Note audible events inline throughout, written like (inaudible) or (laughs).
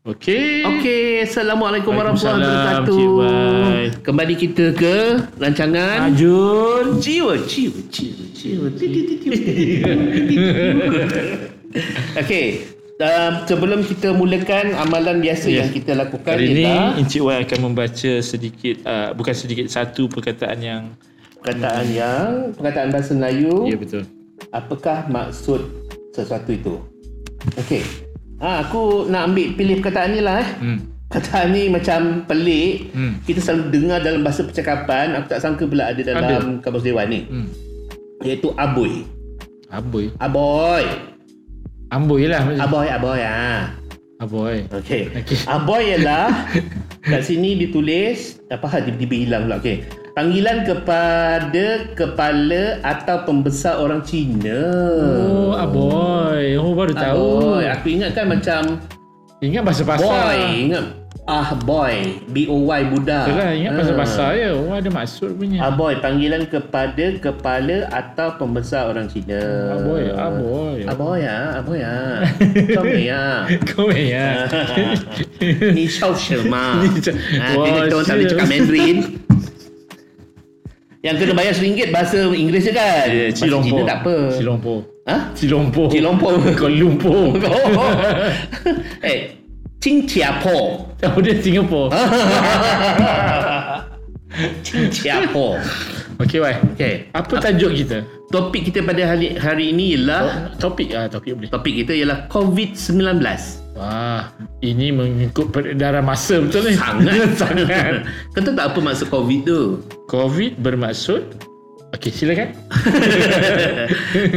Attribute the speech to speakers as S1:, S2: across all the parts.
S1: Okey.
S2: Okey, Assalamualaikum warahmatullahi
S1: Waalaikumsalam,
S2: wabarakatuh.
S1: Cik Wai.
S2: Kembali kita ke rancangan
S1: Ajun.
S2: Jiwa, jiwa, jiwa, jiwa. (laughs) Okey. Um, sebelum kita mulakan amalan biasa
S1: Ya.
S2: yang kita lakukan
S1: Hari ini
S2: ialah
S1: Encik Wan akan membaca sedikit uh, bukan sedikit satu perkataan yang
S2: perkataan yang perkataan bahasa Melayu
S1: Ya, betul.
S2: apakah maksud sesuatu itu. Okey. Ha, aku nak ambil pilih perkataan ni lah eh.
S1: Hmm.
S2: Perkataan ni macam pelik.
S1: Hmm.
S2: Kita selalu dengar dalam bahasa percakapan. Aku tak sangka pula ada dalam kamus dewan ni.
S1: Hmm.
S2: Iaitu aboi.
S1: Aboy.
S2: Aboy.
S1: Amboy lah maksud.
S2: Aboy, aboy. Ha.
S1: Aboy.
S2: Okey.
S1: Okey.
S2: Aboy
S1: (laughs)
S2: ialah kat sini ditulis apa ha, tiba-tiba hilang pula. Okey. Panggilan kepada kepala atau pembesar orang Cina.
S1: Oh, aboy. Oh, baru tahu.
S2: Aboy. Aku ingat kan macam
S1: Ingat bahasa pasar.
S2: Boy ingat Ah boy B O Y budak
S1: Itulah, kan? ingat
S2: Ah.
S1: bahasa pasar je. Oh, ada maksud punya.
S2: Ah boy panggilan kepada kepala atau pembesar orang Cina
S1: Aboy, aboy.
S2: Aboy ya Aboy
S1: (laughs)
S2: ya Comel ya
S1: Kau ya.
S2: Ni Xiao Sherma Ah,
S1: Ni Xiao- Wah,
S2: Dia orang tak boleh
S1: sial.
S2: cakap
S1: (laughs)
S2: Mandarin Yang kena bayar RM1 bahasa Inggeris je kan
S1: Ya,
S2: Bahasa Cina
S1: Cilompo.
S2: tak apa
S1: Cilompo.
S2: Ha?
S1: Cilompo.
S2: Cilompo.
S1: (laughs) Kuala Lumpur.
S2: Oh. (laughs) Eh Cing Chia Po
S1: Oh, dia Singapura.
S2: Cing Chia
S1: (laughs)
S2: Po
S1: Okey, Wai.
S2: Okay
S1: Apa tajuk kita?
S2: Topik kita pada hari, hari ini ialah
S1: Topik ah, topik boleh.
S2: Topik kita ialah COVID-19
S1: (laughs) Wah, ini mengikut peredaran masa betul ni.
S2: Sangat
S1: (laughs) sangat.
S2: Kau tahu tak apa maksud COVID tu?
S1: (laughs) COVID bermaksud Okey, silakan.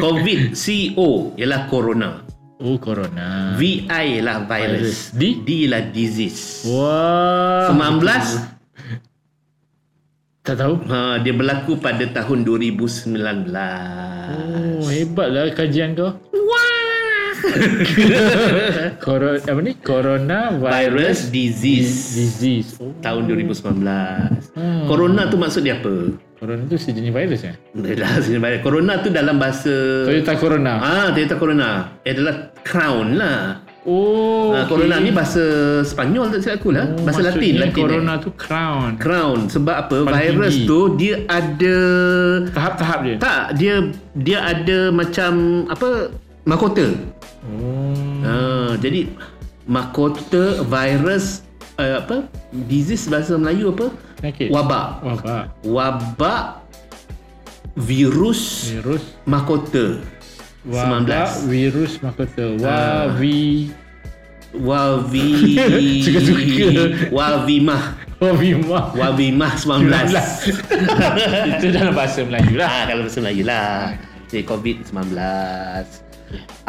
S2: COVID CO ialah Corona
S1: Oh, corona.
S2: VI ialah virus
S1: Virus. Ah, D?
S2: D ialah disease
S1: Wah.
S2: 19
S1: Tak tahu.
S2: ha, dia berlaku pada tahun 2019
S1: Oh, hebatlah kajian kau.
S2: Wah
S1: Corona apa ni? Corona virus
S2: Virus disease
S1: disease. Oh.
S2: tahun 2019
S1: Hmm.
S2: Corona tu maksud dia apa?
S1: Corona tu sejenis virus ya?
S2: (laughs) Dah sini virus. Corona tu dalam bahasa
S1: Toyota Corona.
S2: Ah, Toyota Corona adalah crown lah.
S1: Oh,
S2: Ah, Corona ni bahasa Sepanyol tak silap aku lah.
S1: Oh,
S2: bahasa Latin,
S1: maksudnya
S2: Latin.
S1: Corona
S2: Eh.
S1: tu crown.
S2: Crown sebab apa?
S1: Paling
S2: virus
S1: tinggi.
S2: tu dia ada
S1: Tahap-tahap dia.
S2: tak dia dia ada macam apa mahkota.
S1: Oh.
S2: Ah, jadi mahkota virus eh, apa disease bahasa Melayu apa?
S1: Penyakit.
S2: Wabak.
S1: Wabak.
S2: Wabak virus
S1: Virus.
S2: mahkota.
S1: Hmm. (laughs) Wabak
S2: 19.
S1: virus mahkota. Ah. (laughs) Wavi.
S2: Wavi
S1: Suka-suka.
S2: Wavimah
S1: Wavimah.
S2: Wavimah 19
S1: (laughs) Itu dalam bahasa Melayu lah.
S2: ah, Kalau bahasa Melayu lah Jadi COVID-19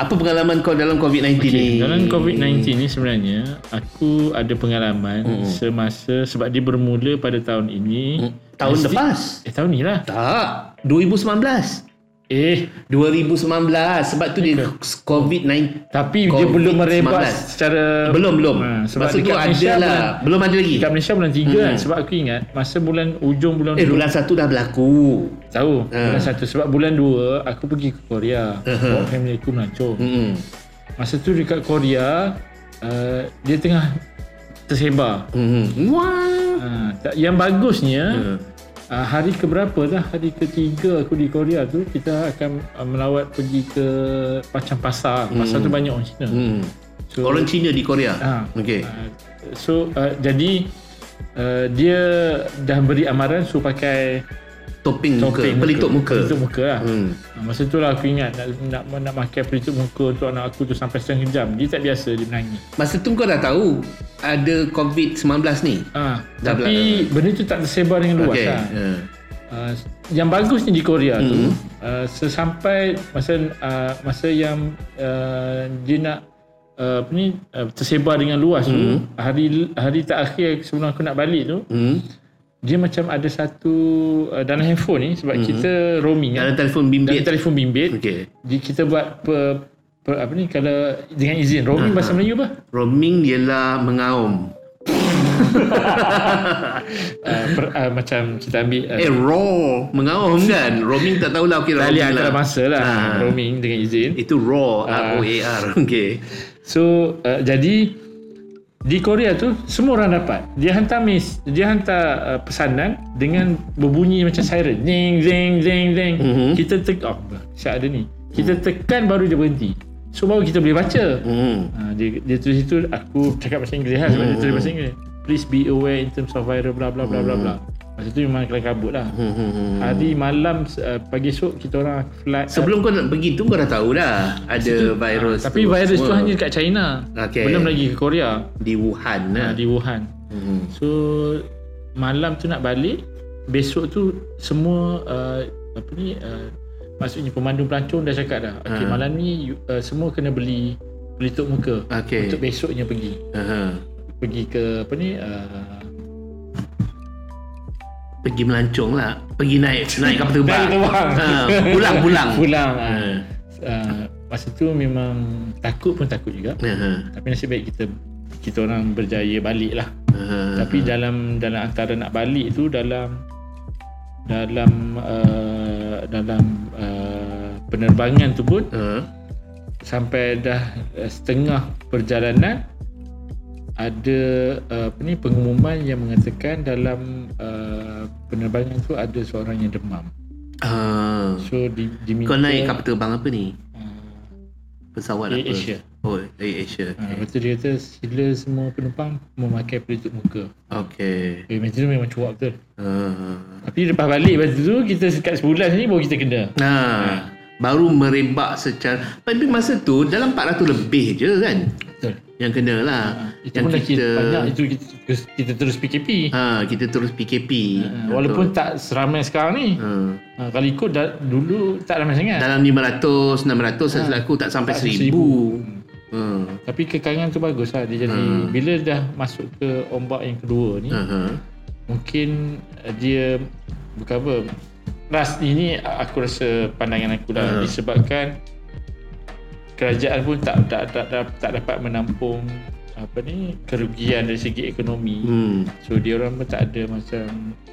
S2: Apa pengalaman kau dalam COVID-19 ni?
S1: Okay, dalam COVID-19 ni sebenarnya aku ada pengalaman semasa sebab dia bermula pada tahun ini.
S2: Tahun
S1: Mesti-
S2: lepas
S1: Eh Mm. tahun ni lah.
S2: Tak 2019
S1: Eh
S2: 2019 Sebab tu dia COVID-19
S1: tapi dia
S2: COVID-19.
S1: belum merebak secara
S2: Belum belum
S1: Ha,
S2: ha,
S1: sebab
S2: Masa tu
S1: dekat
S2: ada
S1: Malaysia
S2: lah
S1: bulan-
S2: Belum ada lagi
S1: Dekat Malaysia bulan 3 kan
S2: Hmm.
S1: sebab aku ingat masa bulan ujung bulan
S2: Eh
S1: dua-
S2: bulan 1 dah berlaku
S1: tahu
S2: Ha.
S1: bulan 1 sebab bulan 2 aku pergi ke Korea bawa family aku melancong.
S2: Hmm
S1: Masa tu dekat Korea uh, dia tengah tersebar.
S2: Hmm Wah
S1: Ha, tak- yang bagusnya
S2: Hmm.
S1: uh, hari keberapa dah hari ketiga aku di Korea tu kita akan uh, melawat pergi ke macam pasar. Pasar tu banyak orang Cina.
S2: Hmm.
S1: So-
S2: Orang Cina di Korea.
S1: Ha.
S2: Okey.
S1: Uh, so uh, jadi uh, dia dah beri amaran suruh pakai
S2: Topeng muka,
S1: topeng
S2: pelitup muka.
S1: Pelitup muka lah.
S2: Hmm.
S1: Ha, Masa tu lah aku ingat nak, nak, nak pakai pelitup muka untuk anak aku tu sampai setengah jam. Dia tak biasa dia menangis.
S2: Masa tu kau dah tahu ada COVID-19 ni.
S1: Ha,
S2: Dah
S1: tapi benda tu tak tersebar dengan luas
S2: Okey.
S1: lah.
S2: Ha.
S1: Uh, yang bagusnya di Korea tu
S2: Mhm.
S1: uh, sesampai masa uh, masa yang uh, dia nak uh, apa ni uh, tersebar dengan luas tu hari hari terakhir sebelum aku nak balik tu
S2: Hmm.
S1: dia macam ada satu uh, dalam handphone ni sebab kita roaming kan
S2: Ada telefon
S1: dalam
S2: Hmm. bimbit. Hmm.
S1: telefon bimbit
S2: Okey.
S1: di, kita buat per, per, apa ni kalau dengan izin roaming
S2: Hmm.
S1: bahasa Melayu apa?
S2: Roaming ialah mengaum.
S1: Uh, per, uh, macam kita ambil uh,
S2: Eh, raw. Mengaum kan? Roaming tak tahulah. Okey, roaming
S1: talian antara
S2: lah.
S1: masa lah
S2: Ah.
S1: roaming Ah. dengan izin.
S2: (laughs) Itu raw. R-O-A-R. Okey.
S1: So uh, jadi di Korea tu semua orang dapat. Dia hantar mes, dia hantar uh, pesanan dengan berbunyi macam siren. Ding ding ding ding.
S2: Mhm.
S1: Kita tek oh, syak ada ni. Kita tekan baru dia berhenti. So baru kita boleh baca.
S2: Hmm.
S1: Ha, dia, dia tulis itu aku cakap bahasa Inggeris lah sebab dia tulis bahasa Inggeris. Please be aware in terms of viral bla bla bla bla bla.
S2: Mhm.
S1: Masa tu memang kelam kabut lah.
S2: Hmm, hmm, hmm.
S1: Hari malam uh, pagi esok kita orang flight.
S2: Sebelum kau nak pergi tu kau dah tahu dah ada virus
S1: Ah, uh, tapi virus tu hanya dekat China.
S2: Okey.
S1: Belum lagi ke Korea.
S2: di Wuhan
S1: Ha,
S2: lah.
S1: di Wuhan.
S2: Hmm.
S1: So malam tu nak balik, besok tu semua uh, apa ni uh, maksudnya pemandu pelancong dah cakap dah. Okey
S2: Ha.
S1: malam ni you- uh, semua kena beli pelitup muka
S2: Okey.
S1: untuk besoknya pergi.
S2: Aha.
S1: Pergi ke apa ni uh,
S2: Pergi melancong lah. Pergi naik naik kapal terbang.
S1: Naik terbang.
S2: Ha, pulang pulang.
S1: (laughs) pulang.
S2: Ha.
S1: Ha. Uh, masa tu memang takut pun takut juga.
S2: Aha.
S1: Tapi nasib baik kita kita orang berjaya balik lah.
S2: Aha.
S1: Tapi dalam dalam antara nak balik tu dalam dalam uh, dalam uh, penerbangan tu pun
S2: Ha.
S1: sampai dah uh, setengah perjalanan ada uh, apa ni pengumuman yang mengatakan dalam uh, penerbangan tu ada seorang yang demam.
S2: Ha.
S1: So di, diminta
S2: Kau naik kapal terbang apa ni?
S1: uh,
S2: Pesawat
S1: Air
S2: apa?
S1: Asia.
S2: Oh, Air Asia.
S1: Ha, lepas tu dia kata sila semua penumpang memakai pelitup muka.
S2: Okay.
S1: Eh, macam tu memang cuak betul.
S2: Ha.
S1: Tapi lepas balik lepas tu kita dekat sebulan ni baru kita kena.
S2: Nah, baru merebak secara tapi masa tu dalam 400 lebih je kan
S1: Betul.
S2: yang kena lah
S1: Ha, itu
S2: yang
S1: pun dah kita...
S2: kita
S1: banyak itu kita, kita terus PKP. Ha,
S2: ha kita terus PKP
S1: Hmm. walaupun tak seramai sekarang ni.
S2: ha,
S1: Ha, kalau ikut dah, dulu tak ramai sangat.
S2: dalam 500 600 ha, aku tak sampai
S1: Hmm. Tak
S2: 1000 ha
S1: Tapi kekangan tu bagus lah. Dia jadi
S2: Ha.
S1: bila dah masuk ke ombak yang kedua ni.
S2: ha
S1: mungkin uh, dia bercover ras ini aku rasa pandangan aku lah
S2: Ah.
S1: disebabkan kerajaan pun tak tak tak, tak, tak dapat menampung apa ni kerugian dari segi ekonomi
S2: hmm
S1: so dia orang pun tak ada macam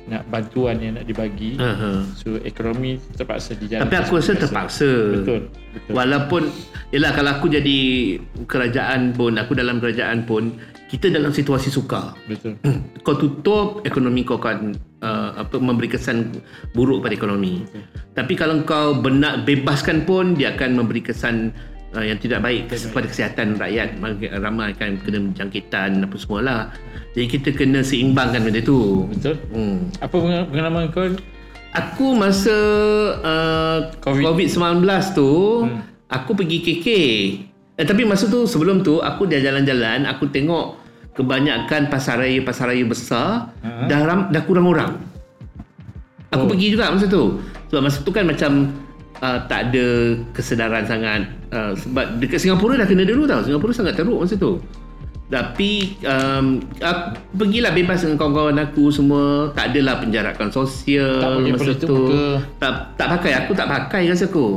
S1: nak bantuan yang nak dibagi
S2: ha, ha.
S1: so ekonomi terpaksa dijalankan
S2: tapi aku
S1: seperti
S2: rasa
S1: biasa.
S2: terpaksa
S1: betul betul
S2: Walaupun Yelah kalau aku jadi Kerajaan pun Aku dalam kerajaan pun Kita dalam situasi sukar
S1: betul
S2: kau tutup ekonomi kau akan uh, apa memberi kesan buruk pada ekonomi. Tapi kalau kau benak bebaskan pun dia akan memberi kesan uh, yang tidak baik kepada kesihatan rakyat Maka ramai akan kena jangkitan apa semualah. Jadi kita kena seimbangkan benda tu.
S1: betul
S2: Hmm.
S1: apa pengalaman pengalaman kau
S2: Aku masa uh,
S1: Covid.
S2: COVID-19 tu hmm. aku pergi KK. Eh, tapi masa tu sebelum tu aku dah jalan-jalan, aku tengok kebanyakan pasar raya-pasar raya besar
S1: Ha.
S2: dah ram, dah kurang orang. Aku
S1: Oh.
S2: oh. pergi juga masa tu. Sebab masa tu kan macam uh, tak ada kesedaran sangat uh, sebab dekat Singapura dah kena dulu tau. Singapura sangat teruk masa tu. Tapi um, aku pergilah bebas dengan kawan-kawan aku semua tak adalah penjarakan sosial
S1: Tak pakai
S2: masa
S1: pelitup
S2: tu.
S1: muka.
S2: Tak tak pakai aku tak pakai rasa aku.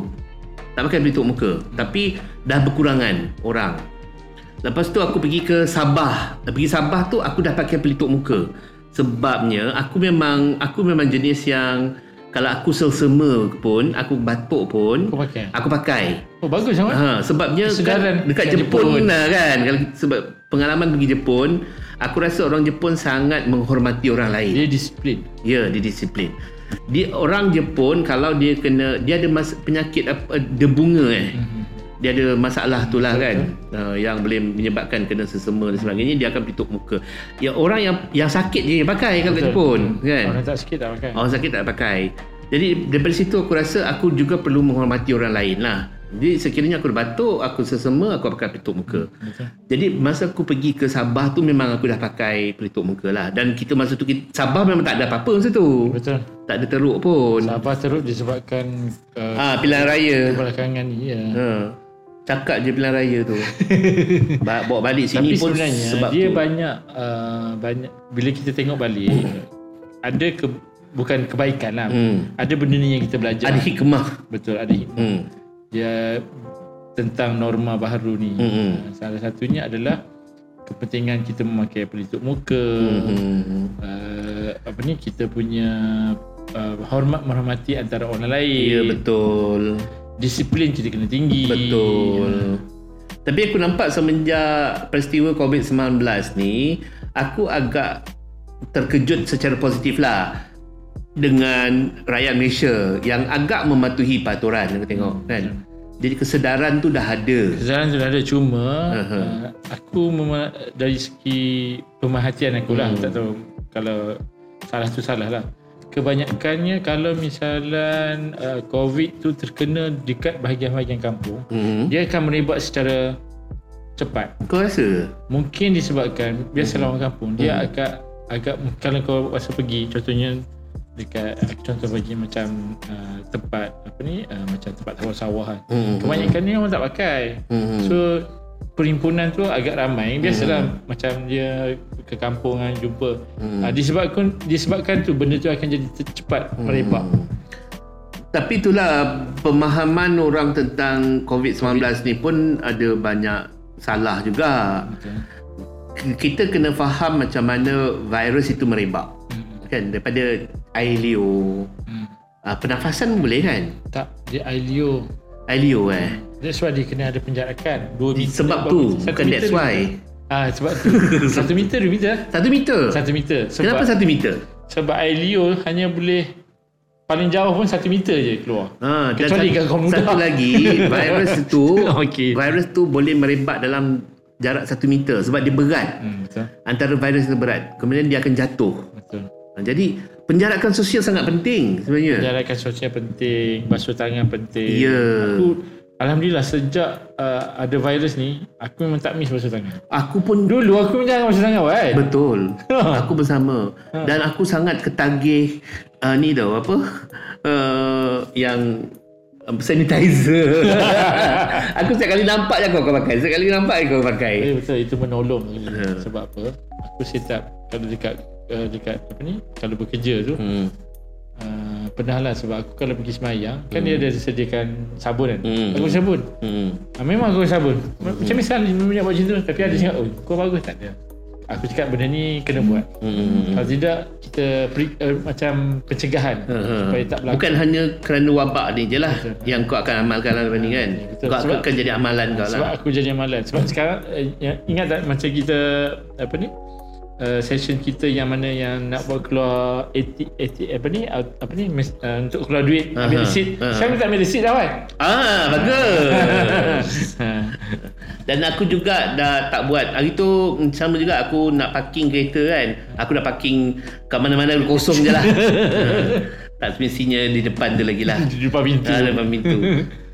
S2: Tak pakai pelitup muka. Tapi dah berkurangan orang. Lepas tu aku pergi ke Sabah. Pergi Sabah tu aku dah pakai pelitup muka. Sebabnya aku memang aku memang jenis yang kalau aku selsema pun, aku batuk pun,
S1: kau pakai
S2: aku pakai.
S1: oh bagus sangat
S2: Ha, sebabnya
S1: Kesedaran
S2: kan, dekat
S1: dekat
S2: Jepun,
S1: Jepun.
S2: lah kan. Kalau sebab pengalaman pergi Jepun, aku rasa orang Jepun sangat menghormati orang lain.
S1: dia disiplin
S2: Ya, dia disiplin. Dia orang Jepun kalau dia kena dia ada mas, penyakit apa debunga eh.
S1: Hmm.
S2: Dia ada masalah tu lah kan uh, yang boleh menyebabkan kena sesama dan sebagainya dia akan tutup muka. Ya orang yang yang sakit dia pakai kalau kat
S1: Betul.
S2: Jepun kan.
S1: orang tak sikit tak pakai
S2: Orang sakit tak pakai. Jadi daripada situ aku rasa aku juga perlu menghormati orang lain lah. Jadi sekiranya aku batuk, aku sesama, aku pakai pelitup muka.
S1: Betul.
S2: Jadi masa aku pergi ke Sabah tu memang aku dah pakai pelitup muka lah. Dan kita masa tu, kita, Sabah memang tak ada apa-apa masa tu.
S1: betul
S2: Tak ada teruk pun.
S1: Sabah teruk disebabkan uh,
S2: Ah, pilihan raya.
S1: belakangan ni ya.
S2: Ha. Cakap je pilihan raya
S1: (laughs)
S2: tu. Ba- Bawa balik
S1: Tapi
S2: sini pun
S1: sebenarnya
S2: sebab
S1: dia
S2: tu.
S1: banyak uh, banyak bila kita tengok balik ada ke, bukan kebaikan lah.
S2: Hmm.
S1: Ada benda ni yang kita belajar.
S2: Ada hikmah.
S1: Betul ada hikmah.
S2: Hmm.
S1: Dia tentang norma baharu ni.
S2: Hmm, hmm.
S1: Uh, Salah satunya adalah kepentingan kita memakai pelitup muka.
S2: Hmm.
S1: Uh, apa ni kita punya uh, hormat menghormati antara orang lain.
S2: Ya betul.
S1: Disiplin kita kena tinggi.
S2: Betul. Tapi aku nampak semenjak peristiwa COVID-19 ni, aku agak terkejut secara positif lah dengan rakyat Malaysia yang agak mematuhi peraturan aku tengok
S1: Ya.
S2: kan. Jadi kesedaran tu dah ada.
S1: Kesalahan sudah ada cuma
S2: Aha.
S1: uh, aku mema- dari segi pemerhatian aku lah
S2: Hmm.
S1: tak tahu kalau salah tu salah lah. Kebanyakannya kalau misalkan uh, COVID tu terkena dekat bahagian-bahagian kampung,
S2: Hmm.
S1: dia akan merebak secara cepat.
S2: Kau rasa?
S1: Mungkin disebabkan biasalah orang kampung dia
S2: Hmm.
S1: agak agak kalau kau masa pergi contohnya dekat contoh bagi macam uh, tempat apa ni uh, macam tempat sawah-sawah kan.
S2: Hmm.
S1: Kebanyakan ni orang tak pakai.
S2: Hmm.
S1: So perhimpunan tu agak ramai biasalah hmm. macam dia ke kampung kan jumpa
S2: Hmm.
S1: hmm. ha, disebabkan disebabkan tu benda tu akan jadi te- cepat hmm. merebak
S2: Tapi itulah pemahaman orang tentang COVID-19 ni pun ada banyak salah juga.
S1: Betul.
S2: K- Kita kena faham macam mana virus itu merebak.
S1: hmm.
S2: Kan daripada air liur.
S1: Hmm.
S2: Uh, pernafasan pun boleh kan?
S1: tak dia ILO
S2: Air liur eh.
S1: that's why dia kena ada penjarakan 2 meter
S2: Sebab
S1: berapa
S2: tu
S1: meter? Satu
S2: bukan
S1: meter,
S2: that's
S1: dua
S2: why.
S1: meter. ah sebab
S2: (laughs)
S1: tu 1 meter 2 meter
S2: Satu meter.
S1: 1 meter sebab
S2: Kenapa satu meter?
S1: sebab ILO hanya boleh paling jauh pun 1 meter je keluar
S2: Ha, dan
S1: Kecuali kat kaum
S2: satu,
S1: muda.
S2: satu lagi virus tu
S1: Okey.
S2: virus tu boleh merebak dalam jarak satu meter sebab dia berat.
S1: hmm, betul
S2: antara virus yang berat kemudian dia akan jatuh Ha,
S1: betul
S2: jadi penjarakan sosial sangat penting sebenarnya
S1: Jalankan sosial penting, basuh tangan penting.
S2: Ya.
S1: Aku alhamdulillah sejak uh, ada virus ni, aku memang tak miss basuh tangan.
S2: aku pun
S1: Dulu aku memang jarang basuh tangan kan.
S2: betul aku bersama dan aku sangat ketagih uh, ni tau apa uh, yang um, sanitizer (laughs) aku setiap kali nampak je kau, kau pakai setiap kali nampak je kau pakai
S1: Eh betul itu menolong
S2: Ya.
S1: sebab apa? Aku setiap kalau dekat uh, dekat apa ni, kalau bekerja tu
S2: hmm.
S1: uh, pernah lah sebab aku kalau pergi semayang kan dia ada sediakan sabun kan.
S2: Hmm.
S1: Aku sabun.
S2: Hmm.
S1: Ah, memang aku sabun. Macam misal minyak buat macam tu tapi
S2: Hmm.
S1: ada cakap, "Oh, kau bagus tak ada." Aku cakap benda ni kena buat.
S2: Hmm.
S1: Kalau tidak kita pre, uh, macam pencegahan
S2: Ha-ha.
S1: supaya tak berlaku.
S2: Bukan hanya kerana wabak ni je lah
S1: Betul.
S2: Yang kau akan amalkan dalam ni kan
S1: Betul.
S2: Kau
S1: Sebab-
S2: akan jadi amalan kau
S1: sebab
S2: lah
S1: aku jadi malas. Sebab sekarang eh, ya- ingat tak macam kita apa ni? Uh, session kita yang mana yang nak buat keluar AT, AT, apa ni Out- apa ni mes- uh, untuk keluar duit
S2: Aha.
S1: ambil receipt
S2: Aha.
S1: sekarang tak ambil receipt dah kan
S2: Ah
S1: (laughs)
S2: bagus
S1: Ha.
S2: Dan aku juga dah tak buat. Hari tu mm, sama juga aku nak parking kereta kan. Aku dah parking kat mana-mana kosong je
S1: (laughs)
S2: lah. Ha, tak semestinya di depan tu lagi lah.
S1: di depan pintu
S2: Ha, depan
S1: (laughs)
S2: pintu.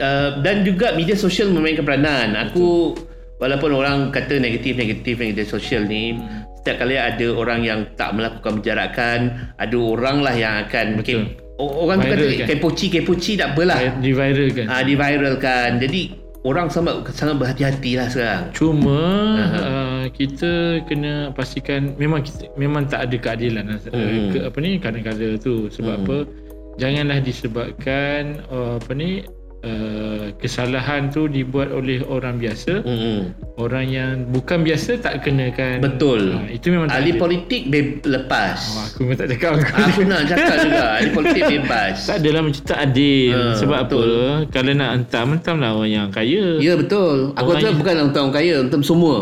S2: Uh, dan juga media sosial memainkan peranan. Aku walaupun orang kata negatif-negatif media sosial ni
S1: Hmm.
S2: setiap kali ada orang yang tak melakukan penjarakan, ada orang lah yang akan
S1: Betul.
S2: Ke, orang tu kata
S1: Viral kan?
S2: kepoci-kepoci tak apalah
S1: diviralkan
S2: uh, diviralkan. Jadi orang sangat sangat berhati-hati lah sekarang.
S1: Cuma
S2: Aha.
S1: uh, kita kena pastikan memang kita, memang tak ada keadilan hmm. uh,
S2: Hmm.
S1: ke, apa ni kadang-kadang tu sebab
S2: Hmm.
S1: apa janganlah disebabkan uh, apa ni uh, kesalahan tu dibuat oleh orang biasa
S2: Mm-mm.
S1: orang yang bukan biasa tak kenakan
S2: Betul.
S1: Ah, itu memang tak
S2: Ahli Ah.
S1: ada.
S2: politik be-
S1: oh,
S2: lepas.
S1: aku memang tak cakap aku
S2: Aku nak cakap juga ahli
S1: (laughs)
S2: politik bebas.
S1: tak adalah macam tak adil
S2: Ah,
S1: sebab
S2: betul.
S1: apa kalau nak hentam hentamlah orang yang kaya
S2: Ya betul. Aku
S1: Orang
S2: kata
S1: yang-
S2: bukan untuk orang kaya, untuk semua.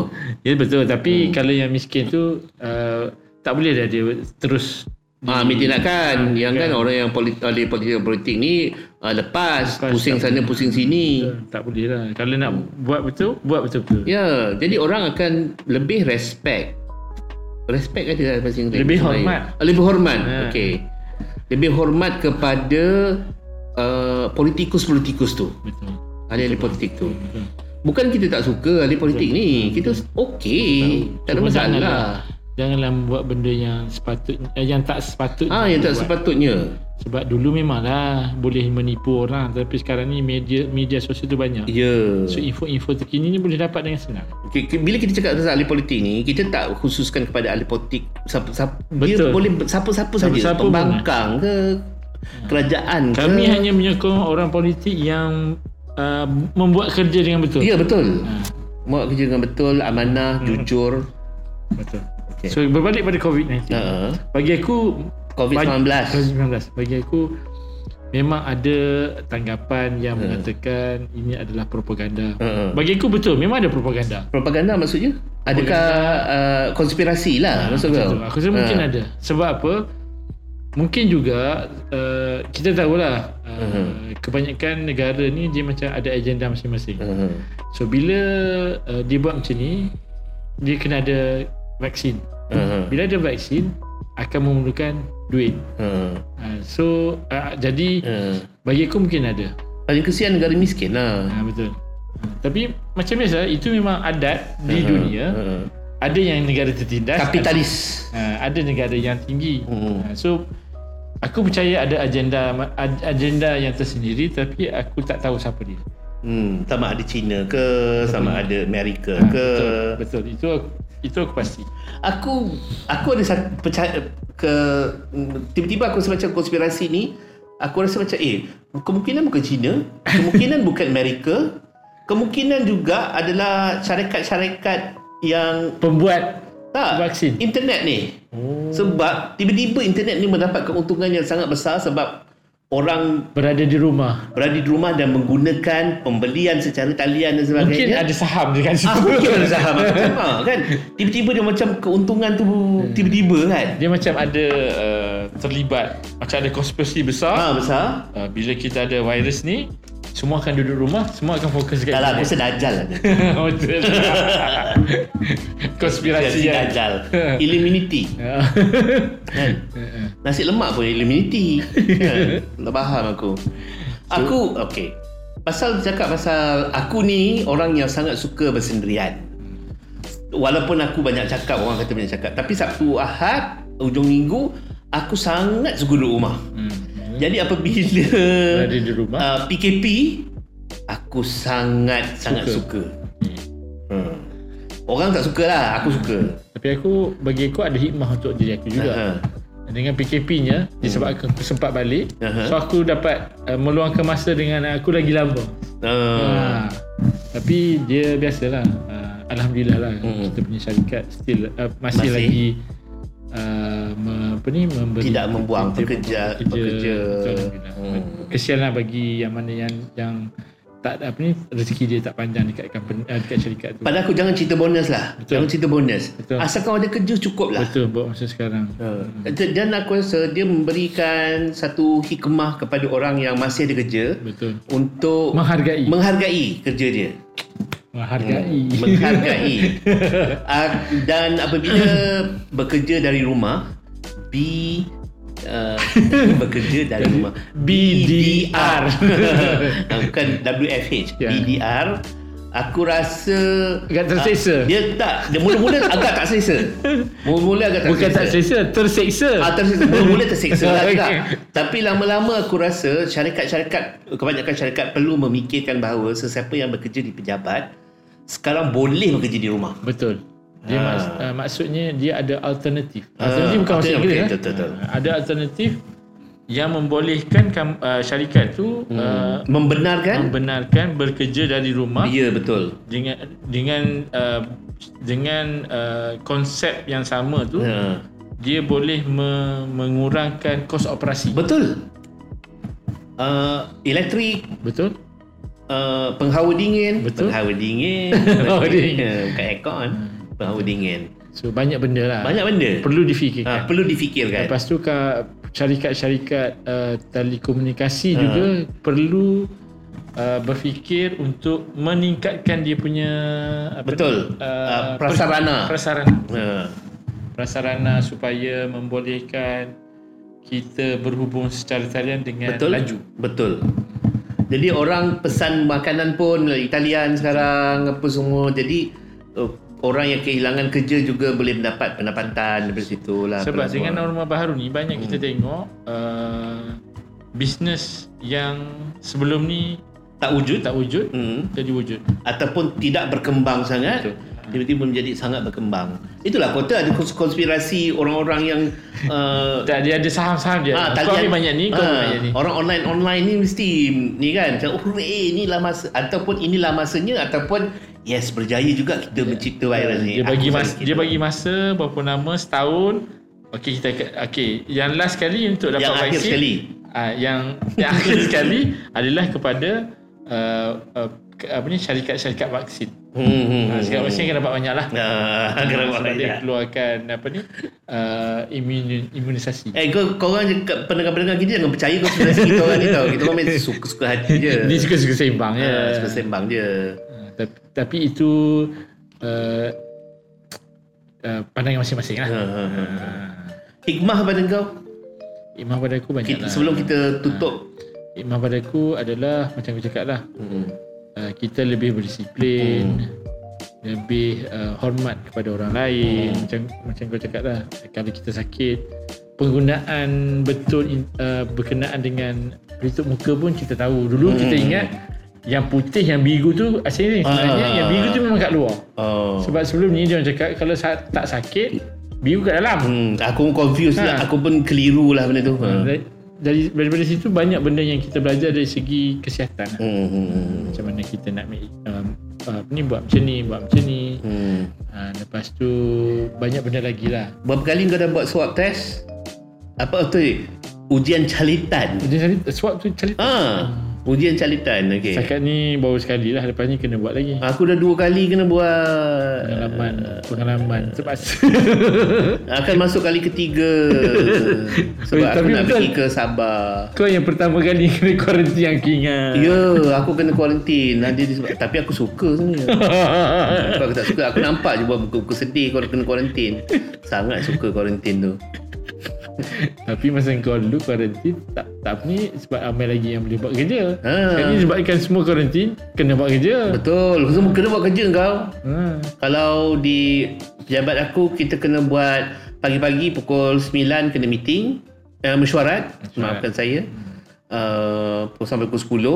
S1: Ya betul tapi hmm. kalau yang miskin tu uh, tak boleh dah dia terus
S2: Ah,
S1: Hmm.
S2: ditindakkan. Yang
S1: Ya.
S2: kan orang yang polit, ahli politik politik ni ah, lepas,
S1: Lepas,
S2: pusing
S1: tak
S2: sana pusing sini.
S1: tak boleh lah. Kalau nak buat betul, buat betul-betul.
S2: Ya, jadi orang akan lebih respect. Respect kan ada dalam bahasa Inggeris.
S1: Lebih
S2: Bahasa Melayu.
S1: hormat.
S2: Ah, Lebih hormat.
S1: Ha.
S2: Okey. Lebih hormat kepada uh, politikus-politikus tu.
S1: Betul.
S2: Ahli-ahli politik tu.
S1: betul.
S2: Bukan kita tak suka ahli politik ni. Kita okey. Tak ada
S1: Cuma
S2: masalah.
S1: janganlah- Janganlah buat benda yang sepatutnya eh, yang tak sepatutnya.
S2: Ah, yang tak
S1: buat.
S2: sepatutnya.
S1: Sebab dulu memanglah boleh menipu orang tapi sekarang ni media media sosial tu banyak.
S2: Ya.
S1: So info-info terkini ni boleh dapat dengan senang.
S2: K- k- Bila kita cakap pasal ahli politik ni, kita tak khususkan kepada ahli politik siapa, siapa dia
S1: Betul.
S2: boleh ber- siapa-siapa saja,
S1: Siapa-siapa
S2: pembangkang ke kerajaan
S1: Kami
S2: ke.
S1: hanya menyokong orang politik yang uh, membuat kerja dengan betul.
S2: Ya, betul.
S1: Ah,
S2: Buat kerja dengan betul,
S1: Hmm.
S2: amanah, jujur.
S1: betul.
S2: Okey.
S1: So berbalik pada COVID-19.
S2: Ha.
S1: Bagi aku
S2: COVID-19.
S1: Bagi- COVID-19. Bagi aku memang ada tanggapan yang
S2: Hmm.
S1: mengatakan ini adalah propaganda.
S2: Uh,
S1: Bagi aku betul, memang ada propaganda.
S2: propaganda maksudnya? Adakah uh, konspirasi lah maksud
S1: Ah, Macam
S2: kau?
S1: tu. Aku rasa mungkin
S2: Ah.
S1: ada. Sebab apa? Mungkin juga uh, kita tahulah uh,
S2: Mhm.
S1: kebanyakan negara ni dia macam ada agenda masing-masing.
S2: Uh,
S1: So bila uh, dia buat macam ni, dia kena ada vaksin.
S2: uh,
S1: Bila ada vaksin akan memerlukan duit.
S2: uh,
S1: Uh, so uh, jadi
S2: uh.
S1: bagi aku mungkin ada.
S2: Paling kesian negara miskin lah.
S1: Ha, betul. Tapi macam biasa itu memang adat di
S2: Uh,
S1: dunia.
S2: uh.
S1: Ada yang negara tertindas,
S2: Kapitalis.
S1: Ada, ha, ada negara yang tinggi.
S2: Hmm.
S1: Ha, so aku percaya ada agenda ag- agenda yang tersendiri tapi aku tak tahu siapa dia.
S2: Hmm, sama ada China ke, sama ada Amerika
S1: Ha,
S2: ke.
S1: betul, betul. Itu aku, itu aku pasti.
S2: Aku aku ada satu percaya ke tiba-tiba aku rasa macam konspirasi ni, aku rasa macam eh, kemungkinan bukan China, kemungkinan bukan Amerika, kemungkinan juga adalah syarikat-syarikat yang
S1: Pembuat
S2: tak
S1: Vaksin.
S2: internet ni.
S1: oh.
S2: Sebab tiba-tiba internet ni mendapat keuntungan yang sangat besar sebab orang
S1: berada di rumah.
S2: berada di rumah dan menggunakan pembelian secara talian dan
S1: Mungkin
S2: sebagainya.
S1: ada saham dekat situ.
S2: Ah, mungkin ada saham macam ha, kan. Tiba-tiba dia macam keuntungan tu tiba-tiba kan.
S1: Dia macam ada uh, terlibat, macam ada konspirasi besar.
S2: Ha besar.
S1: Uh, bila kita ada virus ni, semua akan duduk rumah, semua akan fokus dekat
S2: Dah lah, aku
S1: internet.
S2: rasa dajal lah dia.
S1: (laughs) Betul. Konspirasi kan? Ya.
S2: Konspirasi kan?
S1: yang
S2: dajal. Illuminati. Kan? Nasi lemak pun Illuminati. kan? Tak faham aku. Aku, okay. Pasal cakap pasal aku ni orang yang sangat suka bersendirian. Walaupun aku banyak cakap, orang kata banyak cakap. Tapi Sabtu Ahad, hujung minggu, aku sangat suka duduk rumah. Jadi apabila
S1: Berada
S2: (laughs)
S1: di rumah.
S2: uh, PKP aku sangat suka. sangat suka.
S1: Hmm.
S2: Hmm. Orang tak suka lah, aku suka.
S1: Tapi aku bagi aku ada hikmah untuk diri aku juga.
S2: Ha.
S1: Dengan PKP-nya disebabkan aku sempat balik,
S2: Aha.
S1: so aku dapat uh, meluangkan masa dengan aku lagi lama.
S2: Ha.
S1: Ha. Tapi dia biasalah. Uh, Alhamdulillah lah
S2: Hmm.
S1: kita punya syarikat still uh, masih,
S2: Masih.
S1: lagi uh, me, apa ni memberi
S2: Tidak membuang pekerja-
S1: pekerja.
S2: pekerja.
S1: Betul, Alhamdulillah.
S2: Hmm.
S1: Kesianlah bagi yang mana yang yang tak apa ni rezeki dia tak panjang dekat company, uh, dekat syarikat tu.
S2: Pada aku jangan cerita bonus lah.
S1: Betul.
S2: Jangan cerita bonus.
S1: Betul.
S2: Asal kau ada kerja cukup lah.
S1: Betul buat masa sekarang.
S2: Ha. Dan aku rasa dia memberikan satu hikmah kepada orang yang masih ada kerja
S1: Betul.
S2: untuk
S1: Menghargai.
S2: menghargai kerja dia.
S1: Menghargai.
S2: Hmm.
S1: (laughs)
S2: menghargai uh, dan apabila bekerja dari rumah B uh, (laughs) bekerja dari rumah
S1: BDR. (laughs)
S2: Ah, bukan WFH
S1: Ya.
S2: BDR aku rasa
S1: Agak terseksa.
S2: Ah, dia tak dia
S1: (laughs)
S2: mula-mula agak tak selesa mula-mula agak tak
S1: Bukan tak seksa, terseksa.
S2: Ah, terseksa. Mula-mula terseksa lah
S1: (laughs) Okay.
S2: tak. Tapi lama-lama aku rasa syarikat-syarikat, kebanyakan syarikat perlu memikirkan bahawa sesiapa yang bekerja di pejabat, sekarang boleh bekerja di rumah.
S1: Betul. Dia
S2: Ah.
S1: maks, uh, maksudnya dia ada alternatif.
S2: Ah,
S1: Alternatif bukan
S2: alternatif,
S1: maksudnya okay,
S2: betul, betul, betul.
S1: ada alternatif yang membolehkan kam, uh, syarikat tu hmm. uh,
S2: Ah, Membenarkan?
S1: membenarkan bekerja dari rumah
S2: Ya, betul.
S1: dengan dengan uh, dengan uh, konsep yang sama tu
S2: Ha.
S1: dia boleh me- mengurangkan kos operasi.
S2: Betul. Uh, elektrik,
S1: Betul?
S2: uh, penghawa dingin.
S1: Betul.
S2: Penghawa dingin.
S1: (laughs) Penghawa dingin.
S2: Ya, Bukan aircon. Penghawa dingin.
S1: So banyak benda lah.
S2: Banyak benda.
S1: perlu difikirkan.
S2: Ah, perlu difikirkan.
S1: Lepas tu ka- syarikat-syarikat uh, telekomunikasi
S2: Ha.
S1: juga perlu uh, berfikir untuk meningkatkan dia punya apa ni,
S2: Betul.
S1: uh,
S2: Ah, prasarana.
S1: per- prasarana
S2: Ha.
S1: prasarana supaya membolehkan kita berhubung secara talian dengan
S2: Betul. Ah,
S1: laju.
S2: Betul. Jadi orang pesan makanan pun melalui talian sekarang apa semua. Jadi uh, orang yang kehilangan kerja juga boleh mendapat pendapatan daripada situ lah.
S1: Sebab
S2: apa
S1: dengan
S2: semua.
S1: norma baru ni banyak
S2: Hmm.
S1: kita tengok uh, bisnes yang sebelum ni
S2: tak wujud
S1: tak wujud
S2: hmm.
S1: jadi wujud.
S2: ataupun tidak berkembang sangat
S1: Betul.
S2: tiba-tiba menjadi sangat berkembang. Itulah kota ada kons- konspirasi orang-orang
S1: (laughs)
S2: yang uh,
S1: Tak dia ada saham-saham dia.
S2: Ah,
S1: kau ambil banyak ni, kau ambil banyak ni.
S2: Orang online online ni mesti ni kan. Macam oh eh, inilah masa ataupun inilah masanya ataupun yes berjaya juga kita mencipta virus ni.
S1: Ya. Dia bagi
S2: Aku
S1: masa
S2: sakit.
S1: dia bagi masa berapa lama setahun. Okey kita okey yang last kali untuk dapat
S2: yang
S1: vaksin.
S2: akhir sekali.
S1: Ah, yang yang
S2: (laughs)
S1: akhir sekali adalah kepada uh, uh, ke- apa ni syarikat-syarikat vaksin.
S2: Hmm. hmm,
S1: Ah, syarikat
S2: hmm.
S1: vaksin akan dapat banyak lah.
S2: Ah, (laughs) kena buat
S1: Sebab dia
S2: banyak.
S1: keluarkan apa ni uh, imun, imunisasi.
S2: Eh kau korang je- kat pendengar-pendengar kita jangan percaya kau sebenarnya kita orang ni tau. Kita orang main suka-suka hati je.
S1: (laughs) Dia suka-suka sembang ya.
S2: Ah, suka sembang je.
S1: Ah, tapi, tapi itu uh, uh, pandangan masing-masing lah.
S2: Ha, ha, ha.
S1: Ah,
S2: Hikmah pada kau
S1: Imam pada aku banyak
S2: kita,
S1: lah.
S2: sebelum kita tutup.
S1: Imam pada aku adalah macam aku cakap lah.
S2: Hmm.
S1: Uh, kita lebih berdisiplin. Lebih uh, hormat kepada orang lain.
S2: Hmm.
S1: Macam macam kau cakap lah. Kalau kita sakit, penggunaan betul in- uh, berkenaan dengan pelitup muka pun kita tahu. Dulu
S2: Hmm.
S1: kita ingat yang putih, yang biru tu asalnya sebenarnya
S2: Ah.
S1: yang biru tu memang kat luar.
S2: Oh.
S1: Sebab sebelum ni dia orang cakap kalau sa- tak sakit, biru kat dalam.
S2: Hmm, aku pun confused
S1: Ha. Hmm.
S2: lah. Aku pun keliru lah benda tu. Ha.
S1: Dari, dari daripada situ banyak benda yang kita belajar dari segi kesihatan. lah.
S2: Hmm. hmm, hmm.
S1: Macam mana kita nak make, um, uh, ni buat macam ni, buat macam ni.
S2: Hmm.
S1: Ha, lepas tu banyak benda lagi lah.
S2: Berapa kali kau dah buat swab test? Apa tu? Ujian calitan.
S1: Dia cari swab tu cari.
S2: Ha. Ujian calitan. Okey.
S1: Setakat ni baru sekali lah lepas ni kena buat lagi.
S2: Aku dah dua kali kena buat
S1: Pengalaman, pengalaman terpaksa.
S2: Akan masuk kali ketiga
S1: (laughs)
S2: Sebab
S1: Oi,
S2: aku
S1: tapi
S2: nak
S1: betul.
S2: pergi ke Sabah
S1: (laughs) Kau yang pertama kali kena kuarantin yang ah. kingat.
S2: (laughs) Ya, aku kena kuarantin Nanti dia sebab, Tapi aku suka
S1: (laughs)
S2: sebenarnya Kalau aku tak suka, aku nampak je buat buka-buka sedih kalau kena kuarantin Sangat suka kuarantin tu
S1: Tapi masa kau dulu kuarantin tak tak apa ni sebab ramai lagi yang boleh buat kerja.
S2: Ha.
S1: Jadi sebabkan semua kuarantin kena buat kerja.
S2: Betul, semua kena buat kerja kau
S1: Ha.
S2: Kalau di pejabat aku, kita kena buat Pagi-pagi pukul 9 kena meeting eh, Mesyuarat, maafkan saya uh, Sampai pukul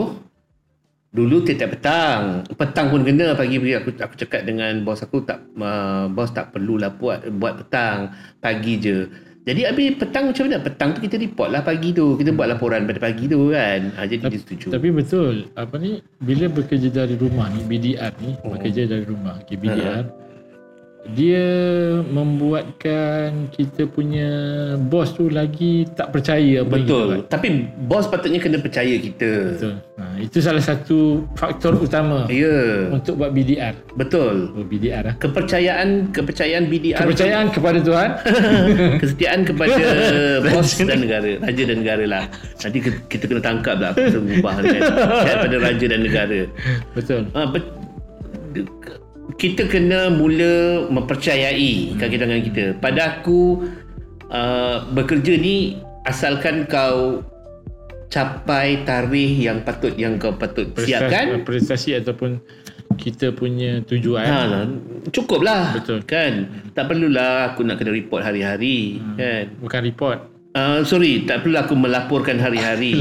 S2: 10 Dulu tiap-tiap petang Petang pun kena Pagi-pagi aku, aku cakap dengan bos aku tak uh, Bos tak perlulah buat Buat petang Pagi je Jadi habis petang macam mana? Petang tu kita report lah pagi tu Kita buat laporan pada pagi tu kan ha, Jadi dia setuju
S1: Tapi betul apa ni bila bekerja dari rumah ni BDR ni oh. bekerja dari rumah okay,
S2: Ha,
S1: BDR dia membuatkan kita punya bos tu lagi tak percaya apa yang kita buat.
S2: Betul Tapi bos patutnya kena percaya kita
S1: Betul. Ha, itu salah satu faktor utama
S2: Ya yeah.
S1: untuk buat BDR.
S2: Betul.
S1: Oh BDR lah.
S2: Kepercayaan kepercayaan BDR
S1: Kepercayaan kepada Tuhan.
S2: (laughs) kesetiaan (laughs) kepada bos dan negara, raja dan negara lah. Nanti ke- kita kena tangkap lah kita ubah kan. (laughs) Kesetiaan pada raja dan negara.
S1: betul.
S2: Ha, bet- kita kena mula mempercayai kaki tangan kita. Pada aku uh, bekerja ni asalkan kau capai tarikh yang patut yang kau patut siapkan
S1: Prestasi, prestasi ataupun kita punya tujuan.
S2: Ha, lah. cukup lah
S1: Kan? Betul.
S2: kan tak perlulah aku nak kena report hari-hari
S1: Hmm.
S2: kan
S1: Bukan report.
S2: uh, sorry tak perlu aku melaporkan hari-hari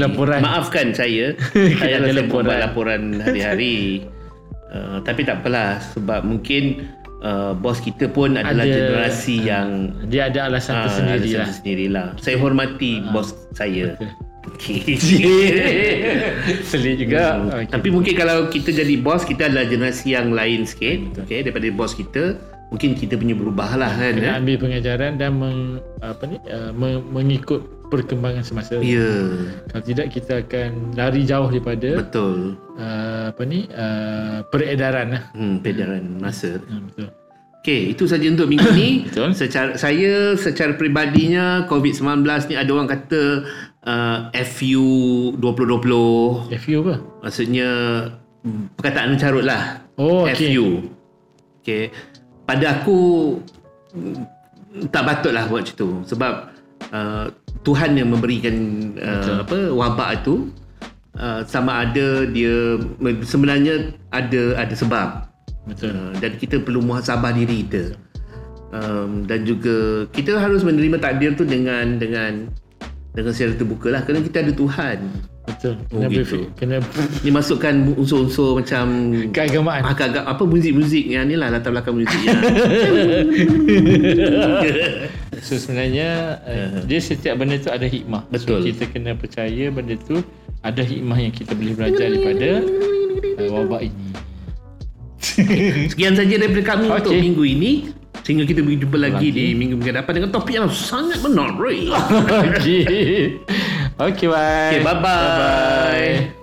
S1: (laughs) Laporan.
S2: maafkan
S1: (laughs)
S2: saya saya
S1: ada
S2: saya
S1: laporan.
S2: buat
S1: (laughs)
S2: laporan hari-hari uh, tapi tak apalah sebab mungkin uh, bos kita pun adalah
S1: Ada-
S2: generasi yang
S1: Dia ada alasan
S2: ah,
S1: tersendiri
S2: ada
S1: lah.
S2: satu sendirilah saya hormati bos saya
S1: Ah, Betul. (laughs)
S2: (laughs) Okay.
S1: Selit juga.
S2: Hmm.
S1: Okay.
S2: Tapi mungkin kalau kita jadi bos kita adalah generasi yang lain sikit, okey daripada bos kita, mungkin kita punya berubah lah kan. Ya.
S1: kena ambil pengajaran dan meng, apa ni uh, me- mengikut perkembangan semasa.
S2: Ya,
S1: Kalau tidak kita akan lari jauh daripada
S2: betul.
S1: uh, apa ni uh, peredaran lah.
S2: Hmm, peredaran masa.
S1: Ha, betul.
S2: Okey, itu saja untuk minggu ni.
S1: (coughs) Betul.
S2: Secara saya secara peribadinya COVID-19 ni ada orang kata uh, FU 2020.
S1: FU apa?
S2: Maksudnya hmm, perkataan carut lah.
S1: Oh, okey.
S2: FU. Okay. Pada aku mm, tak patutlah buat macam tu sebab uh, Tuhan yang memberikan uh, apa wabak itu uh, sama ada dia sebenarnya ada ada sebab
S1: Betul.
S2: uh, dan kita perlu muhasabah diri kita um, dan juga kita harus menerima takdir tu dengan dengan dengan secara terbuka lah kerana kita ada Tuhan
S1: Betul.
S2: Oh,
S1: Kena,
S2: gitu.
S1: berfi- kena
S2: dia masukkan unsur-unsur macam
S1: keagamaan.
S2: agak-agak apa muzik-muzik yang ni lah latar belakang muzik
S1: (laughs)
S2: yang
S1: So sebenarnya uh, dia setiap benda tu ada hikmah.
S2: Ah. Betul.
S1: So, kita kena percaya benda tu ada hikmah yang kita boleh belajar daripada uh, wabak
S2: (laughs)
S1: ini. (laughs)
S2: Sekian saja daripada kami okay.
S1: Okey.
S2: untuk minggu ini. Sehingga
S1: (laughs)
S2: kita berjumpa lagi, lagi di minggu minggu depan dengan topik yang sangat menarik.
S1: Okey. Okay, bye.
S2: Okay, bye-bye.
S1: Bye-bye.